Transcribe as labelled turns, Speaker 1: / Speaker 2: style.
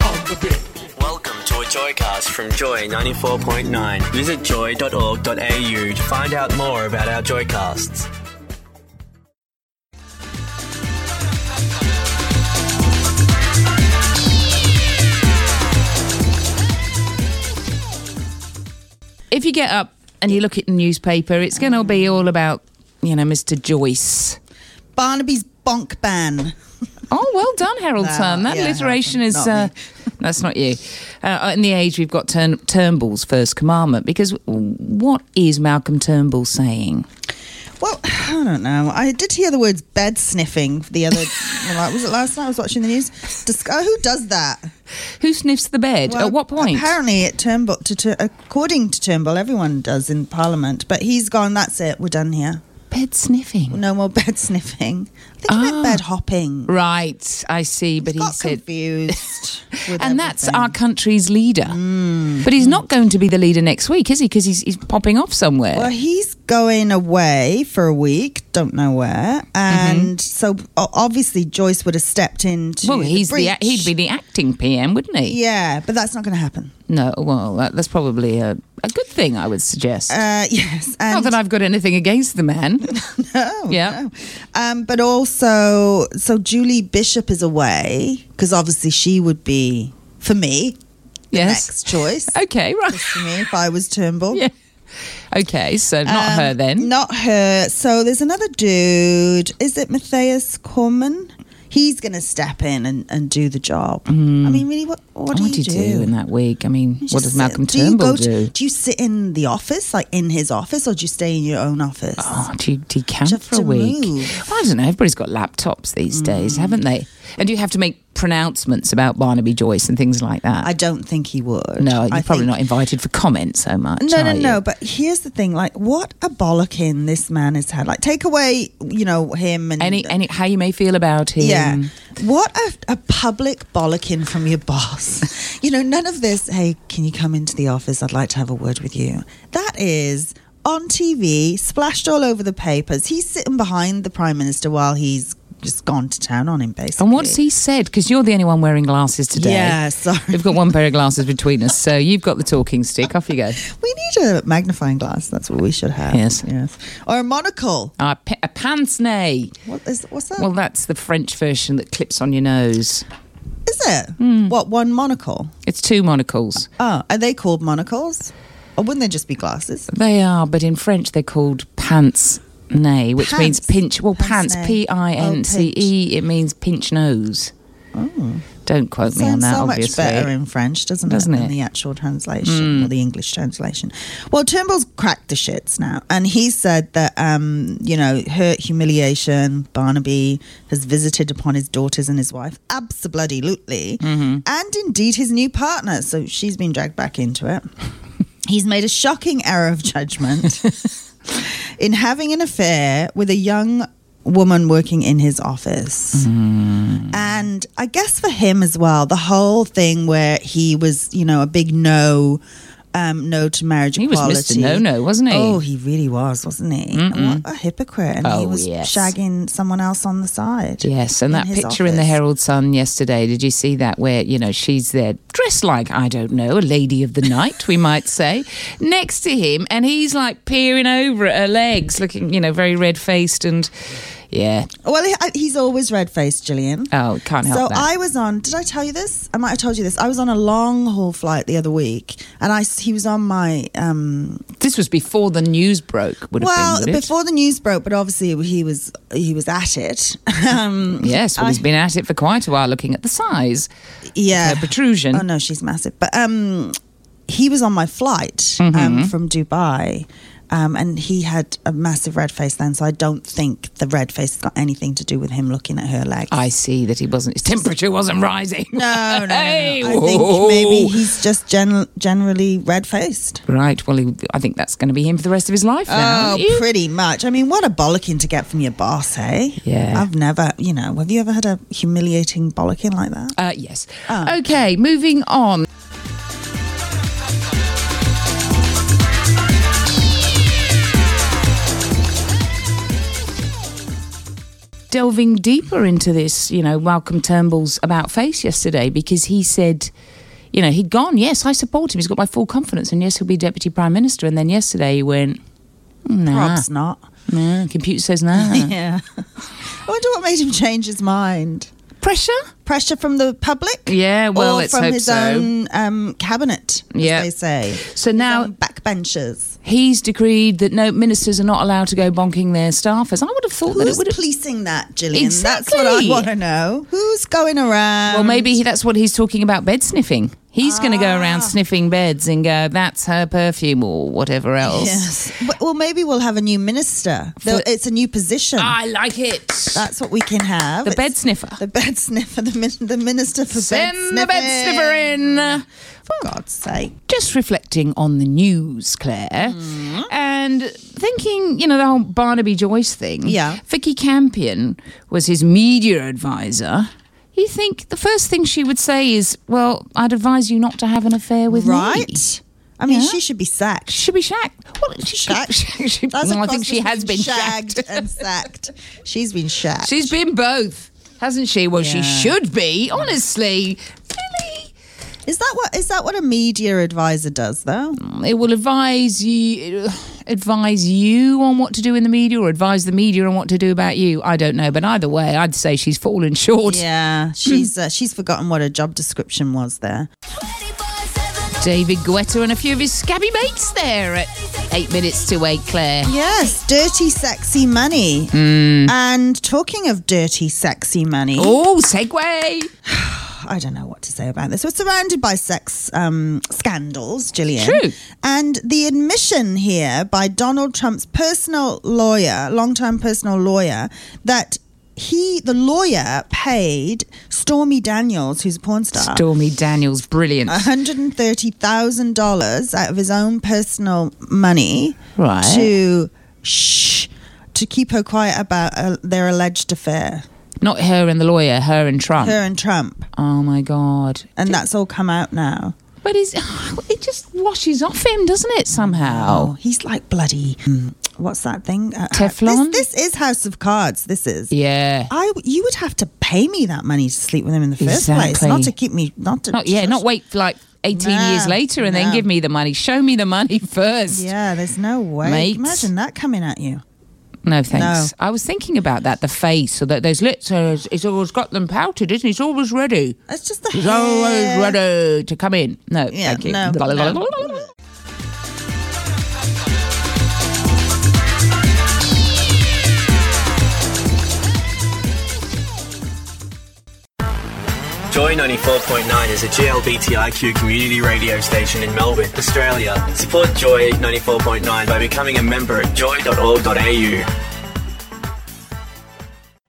Speaker 1: a bit.
Speaker 2: Welcome to a Joycast from Joy 94.9. Visit joy.org.au to find out more about our Joycasts.
Speaker 3: if you get up and you look at the newspaper, it's going to be all about, you know, Mr. Joyce.
Speaker 4: Barnaby's bonk ban.
Speaker 3: Oh, well done, Harold
Speaker 4: No,
Speaker 3: Turn. That
Speaker 4: yeah,
Speaker 3: alliteration
Speaker 4: not
Speaker 3: is.
Speaker 4: me.
Speaker 3: Uh, that's not you. Uh, in the age, we've got Turn- Turnbull's first commandment because what is Malcolm Turnbull saying?
Speaker 4: Well, I don't know. I did hear the words bed sniffing the other. well, like, was it last night? I was watching the news. Dis- oh, who does that?
Speaker 3: Who sniffs the bed?
Speaker 4: Well,
Speaker 3: At what point?
Speaker 4: Apparently, at Turnbull, to, Tur- according to Turnbull, everyone does in Parliament. But he's gone. That's it. We're done here.
Speaker 3: bed sniffing.
Speaker 4: No more bed sniffing. I think he meant bed hopping.
Speaker 3: Right, I see. But Ah. he
Speaker 4: Got
Speaker 3: said.
Speaker 4: confused. with
Speaker 3: And that's
Speaker 4: everything.
Speaker 3: our country's leader. But he's not going to be the leader next week, is he? Because he's, he's popping off somewhere.
Speaker 4: Well, he's going away for a week. Don't know where.
Speaker 3: Mm-hmm.
Speaker 4: And so o- obviously Joyce would have stepped into.
Speaker 3: Well, he's
Speaker 4: the,
Speaker 3: the,
Speaker 4: breach.
Speaker 3: he'd be the acting PM, wouldn't he?
Speaker 4: Yeah, but that's not going to happen.
Speaker 3: No, well, that, that's probably a, a good thing, I would suggest.
Speaker 4: Uh, yes, and
Speaker 3: Not that I've got anything against the man.
Speaker 4: no,
Speaker 3: Yeah.
Speaker 4: no. Um, but also, so Julie Bishop is away because obviously she would be for me
Speaker 3: yes.
Speaker 4: next choice.
Speaker 3: Okay, right.
Speaker 4: for me, if I was Turnbull,
Speaker 3: Yeah. Okay, so not
Speaker 4: Um,
Speaker 3: her then.
Speaker 4: Not her. So there's another dude. Is it Matthias Corman? He's going to step in and, and do the job. I mean, really, what, what,
Speaker 3: Hmm. Oh, what do you do, in that week? I mean,
Speaker 4: You
Speaker 3: what
Speaker 4: just
Speaker 3: does Malcolm
Speaker 4: sit- do you
Speaker 3: Turnbull
Speaker 4: go to-
Speaker 3: do?
Speaker 4: Do you sit in the office, like in his office, or do you stay in your own office?
Speaker 3: Oh, do you decamp
Speaker 4: Just
Speaker 3: for a
Speaker 4: to
Speaker 3: week?
Speaker 4: move.
Speaker 3: Well, I don't know. Everybody's got laptops these
Speaker 4: Mm.
Speaker 3: days, haven't they? And do you have to make pronouncements about Barnaby Joyce and things like that?
Speaker 4: I don't think he would.
Speaker 3: no, you're
Speaker 4: I
Speaker 3: probably
Speaker 4: think-
Speaker 3: not invited for comment so much.
Speaker 4: No, no,
Speaker 3: are you?
Speaker 4: no. But here's the thing: like, what a bollocking this man has had. Like, take away, you know, him and
Speaker 3: Any, any, how you may feel about him?
Speaker 4: Yeah. What a, a public bollocking from your boss. you know, none of this, hey, can you come into the office? I'd like to have a word with you. That is on TV, splashed all over the papers. He's sitting behind the Prime Minister while he's just gone to town on him, basically.
Speaker 3: And what's he said? Because you're the only one wearing glasses today.
Speaker 4: Yeah, sorry.
Speaker 3: We've got one pair of glasses between us, so you've got the talking stick. Off you go.
Speaker 4: We need a magnifying glass. That's what we should have.
Speaker 3: Yes.
Speaker 4: Yes. Or a monocle.
Speaker 3: Uh, p- a pince nez.
Speaker 4: What is, what's that? Is
Speaker 3: Well, that's the French version that clips on your nose.
Speaker 4: it?
Speaker 3: hmm.
Speaker 4: What, one monocle?
Speaker 3: It's two monocles.
Speaker 4: Oh, are they called monocles? Or wouldn't they just be glasses?
Speaker 3: They are, but in French they're called pince nez, which means
Speaker 4: Pince.
Speaker 3: pinch. Well, pince,
Speaker 4: Pince nez. Oh,
Speaker 3: P I N C E, it means pinch nose. Don't quote me on
Speaker 4: Sounds
Speaker 3: that,
Speaker 4: so
Speaker 3: obviously.
Speaker 4: much better in French, doesn't,
Speaker 3: Doesn't
Speaker 4: it?
Speaker 3: it? Hmm.
Speaker 4: Than the actual translation or the English translation. Well, Turnbull's cracked the shits now, and he said that um, you know her humiliation Barnaby has visited upon his daughters and his wife, absolutely,
Speaker 3: Mm-hmm.
Speaker 4: and indeed his new partner. So she's been dragged back into it. He's made a shocking error of judgment in having an affair with a young woman working in his office.
Speaker 3: Mm.
Speaker 4: And I guess for him as well, the whole thing where he was, you know, a big no. Um, no to marriage
Speaker 3: He was
Speaker 4: equality.
Speaker 3: Mr. No-no, wasn't he?
Speaker 4: Oh, he really was, wasn't he? And What a hypocrite! And he
Speaker 3: Oh,
Speaker 4: was
Speaker 3: yes.
Speaker 4: shagging someone else on the side.
Speaker 3: Yes, and
Speaker 4: in
Speaker 3: that
Speaker 4: his
Speaker 3: picture in the
Speaker 4: office.
Speaker 3: Herald Sun yesterday, did you see that where, you know, she's there dressed like, I don't know, a lady of the night, we might say, next to him, and he's like peering over at her legs, looking, you know, very red faced and, yeah,
Speaker 4: Well, he- I- he's always red faced, Gillian.
Speaker 3: oh, can't help
Speaker 4: So
Speaker 3: that.
Speaker 4: I was on. Did I tell you this? I might have told you this. I was on a long haul flight the other week, and I s- he was on my um,
Speaker 3: this was before the news broke, would
Speaker 4: well
Speaker 3: have been, would it?
Speaker 4: before the news broke, but obviously he was he was at it. um,
Speaker 3: Yes, well, he's been at it for quite a while looking at the size.
Speaker 4: yeah,
Speaker 3: Her protrusion.
Speaker 4: Oh no, she's massive. But um, he was on my flight
Speaker 3: Mm-hmm.
Speaker 4: um, from Dubai. Um, and he had a massive red face then, so I don't think the red face has got anything to do with him looking at her legs.
Speaker 3: I see that he wasn't, his temperature wasn't rising.
Speaker 4: No, no, no, no.
Speaker 3: Hey,
Speaker 4: I think
Speaker 3: whoa.
Speaker 4: maybe he's just gen- generally red faced.
Speaker 3: Right, well, he, I think that's going to be him for the rest of his life now.
Speaker 4: Oh, pretty much. I mean, what a bollocking to get from your boss, hey?
Speaker 3: Yeah.
Speaker 4: I've never, you know, have you ever had a humiliating bollocking like that?
Speaker 3: Uh, yes.
Speaker 4: Oh.
Speaker 3: Okay, moving on. Delving deeper into this, you know, Malcolm Turnbull's about face yesterday because he said you know, he'd gone, yes, I support him. He's got my full confidence. And yes, he'll be deputy prime minister. And then yesterday he went, "Hmm, nah,
Speaker 4: Rob's not.
Speaker 3: nah computer says nah.
Speaker 4: Yeah. I wonder what made him change his mind.
Speaker 3: Pressure?
Speaker 4: Pressure from the public?
Speaker 3: Yeah, well,
Speaker 4: or
Speaker 3: let's
Speaker 4: from
Speaker 3: hope
Speaker 4: his
Speaker 3: so.
Speaker 4: own um, cabinet, as
Speaker 3: Yeah.
Speaker 4: they say.
Speaker 3: So now
Speaker 4: Some backbenchers.
Speaker 3: he's decreed that no ministers are not allowed to go bonking their staffers. I would have thought that it
Speaker 4: Who's
Speaker 3: would have.
Speaker 4: policing that, Gillian? That's what I
Speaker 3: Exactly.
Speaker 4: want to know. Who's going around?
Speaker 3: Well, maybe he, that's what he's talking about bed sniffing. He's going to
Speaker 4: Ah.
Speaker 3: go around sniffing beds and go, that's her perfume or whatever else.
Speaker 4: Yes. But- Well, maybe we'll have a new minister. Though It's a new position.
Speaker 3: I like it.
Speaker 4: That's what we can have.
Speaker 3: Ah, the
Speaker 4: It's
Speaker 3: bed sniffer.
Speaker 4: The bed sniffer. The, min- the minister for
Speaker 3: Send
Speaker 4: bed sniffing.
Speaker 3: the bed sniffer in.
Speaker 4: For God's sake.
Speaker 3: Just reflecting on the news, Claire, and thinking, you know, the whole Barnaby Joyce thing.
Speaker 4: Yeah.
Speaker 3: Vicky Campion was his media advisor. You think the first thing she would say is, well, I'd advise you not to have an affair with me."
Speaker 4: Right? I mean,
Speaker 3: Yeah.
Speaker 4: she should be sacked.
Speaker 3: Should be shacked. Well, she,
Speaker 4: Shacked?
Speaker 3: she-
Speaker 4: That's a
Speaker 3: well, I
Speaker 4: cross
Speaker 3: think she
Speaker 4: between
Speaker 3: has been shacked.
Speaker 4: and sacked. She's been shacked.
Speaker 3: She's been both, hasn't she? Well, she
Speaker 4: Yeah.
Speaker 3: should be, honestly. Really?
Speaker 4: Is that what is that what a media advisor does though?
Speaker 3: It will advise you advise you on what to do in the media or advise the media on what to do about you. I don't know, but either way, I'd say she's fallen short.
Speaker 4: Yeah, she's uh, she's forgotten what her job description was there.
Speaker 3: David Guetta and a few of his scabby mates there at 8 minutes to 8, Claire.
Speaker 4: Yes, dirty sexy money. Hmm. And talking of dirty sexy money,
Speaker 3: Oh, segue.
Speaker 4: I don't know what to say about this. We're surrounded by sex um, scandals, Gillian.
Speaker 3: True.
Speaker 4: And the admission here by Donald Trump's personal lawyer, longtime personal lawyer, that he, the lawyer, paid Stormy Daniels, who's a porn star.
Speaker 3: Stormy Daniels, brilliant.
Speaker 4: Ah. $130,000 out of his own personal money
Speaker 3: Right.
Speaker 4: to shh, to keep her quiet about uh, their alleged affair,
Speaker 3: Not her and the lawyer, her and Trump.
Speaker 4: her and Trump.
Speaker 3: Oh my God.
Speaker 4: And that's all come out now.
Speaker 3: But he's, it just washes off him, doesn't it, somehow?
Speaker 4: Oh, he's like bloody. mm, What's that thing? Uh,
Speaker 3: Teflon?
Speaker 4: This, this is House of Cards. This is.
Speaker 3: Yeah.
Speaker 4: I. You would have to pay me that money to sleep with him in the first place,
Speaker 3: Exactly.
Speaker 4: not to keep me. Not to.
Speaker 3: Not, yeah, not wait for like 18
Speaker 4: No,
Speaker 3: years later and then
Speaker 4: no.
Speaker 3: give me the money. Show me the money first.
Speaker 4: Yeah, there's no way.
Speaker 3: Mate.
Speaker 4: Imagine that coming at you.
Speaker 3: No, thanks. I was thinking about that the face, so that those lips, uh, he's- he's always got them pouted, isn't he? He's always ready.
Speaker 4: It's just the.
Speaker 3: He's always
Speaker 4: hair.
Speaker 3: ready to come in. No,
Speaker 4: Yeah,
Speaker 3: thank you.
Speaker 4: no, no.
Speaker 2: Joy 94.9 is a GLBTIQ community radio station in Melbourne, Australia. Support Joy 94.9 by becoming a member at joy.org.au.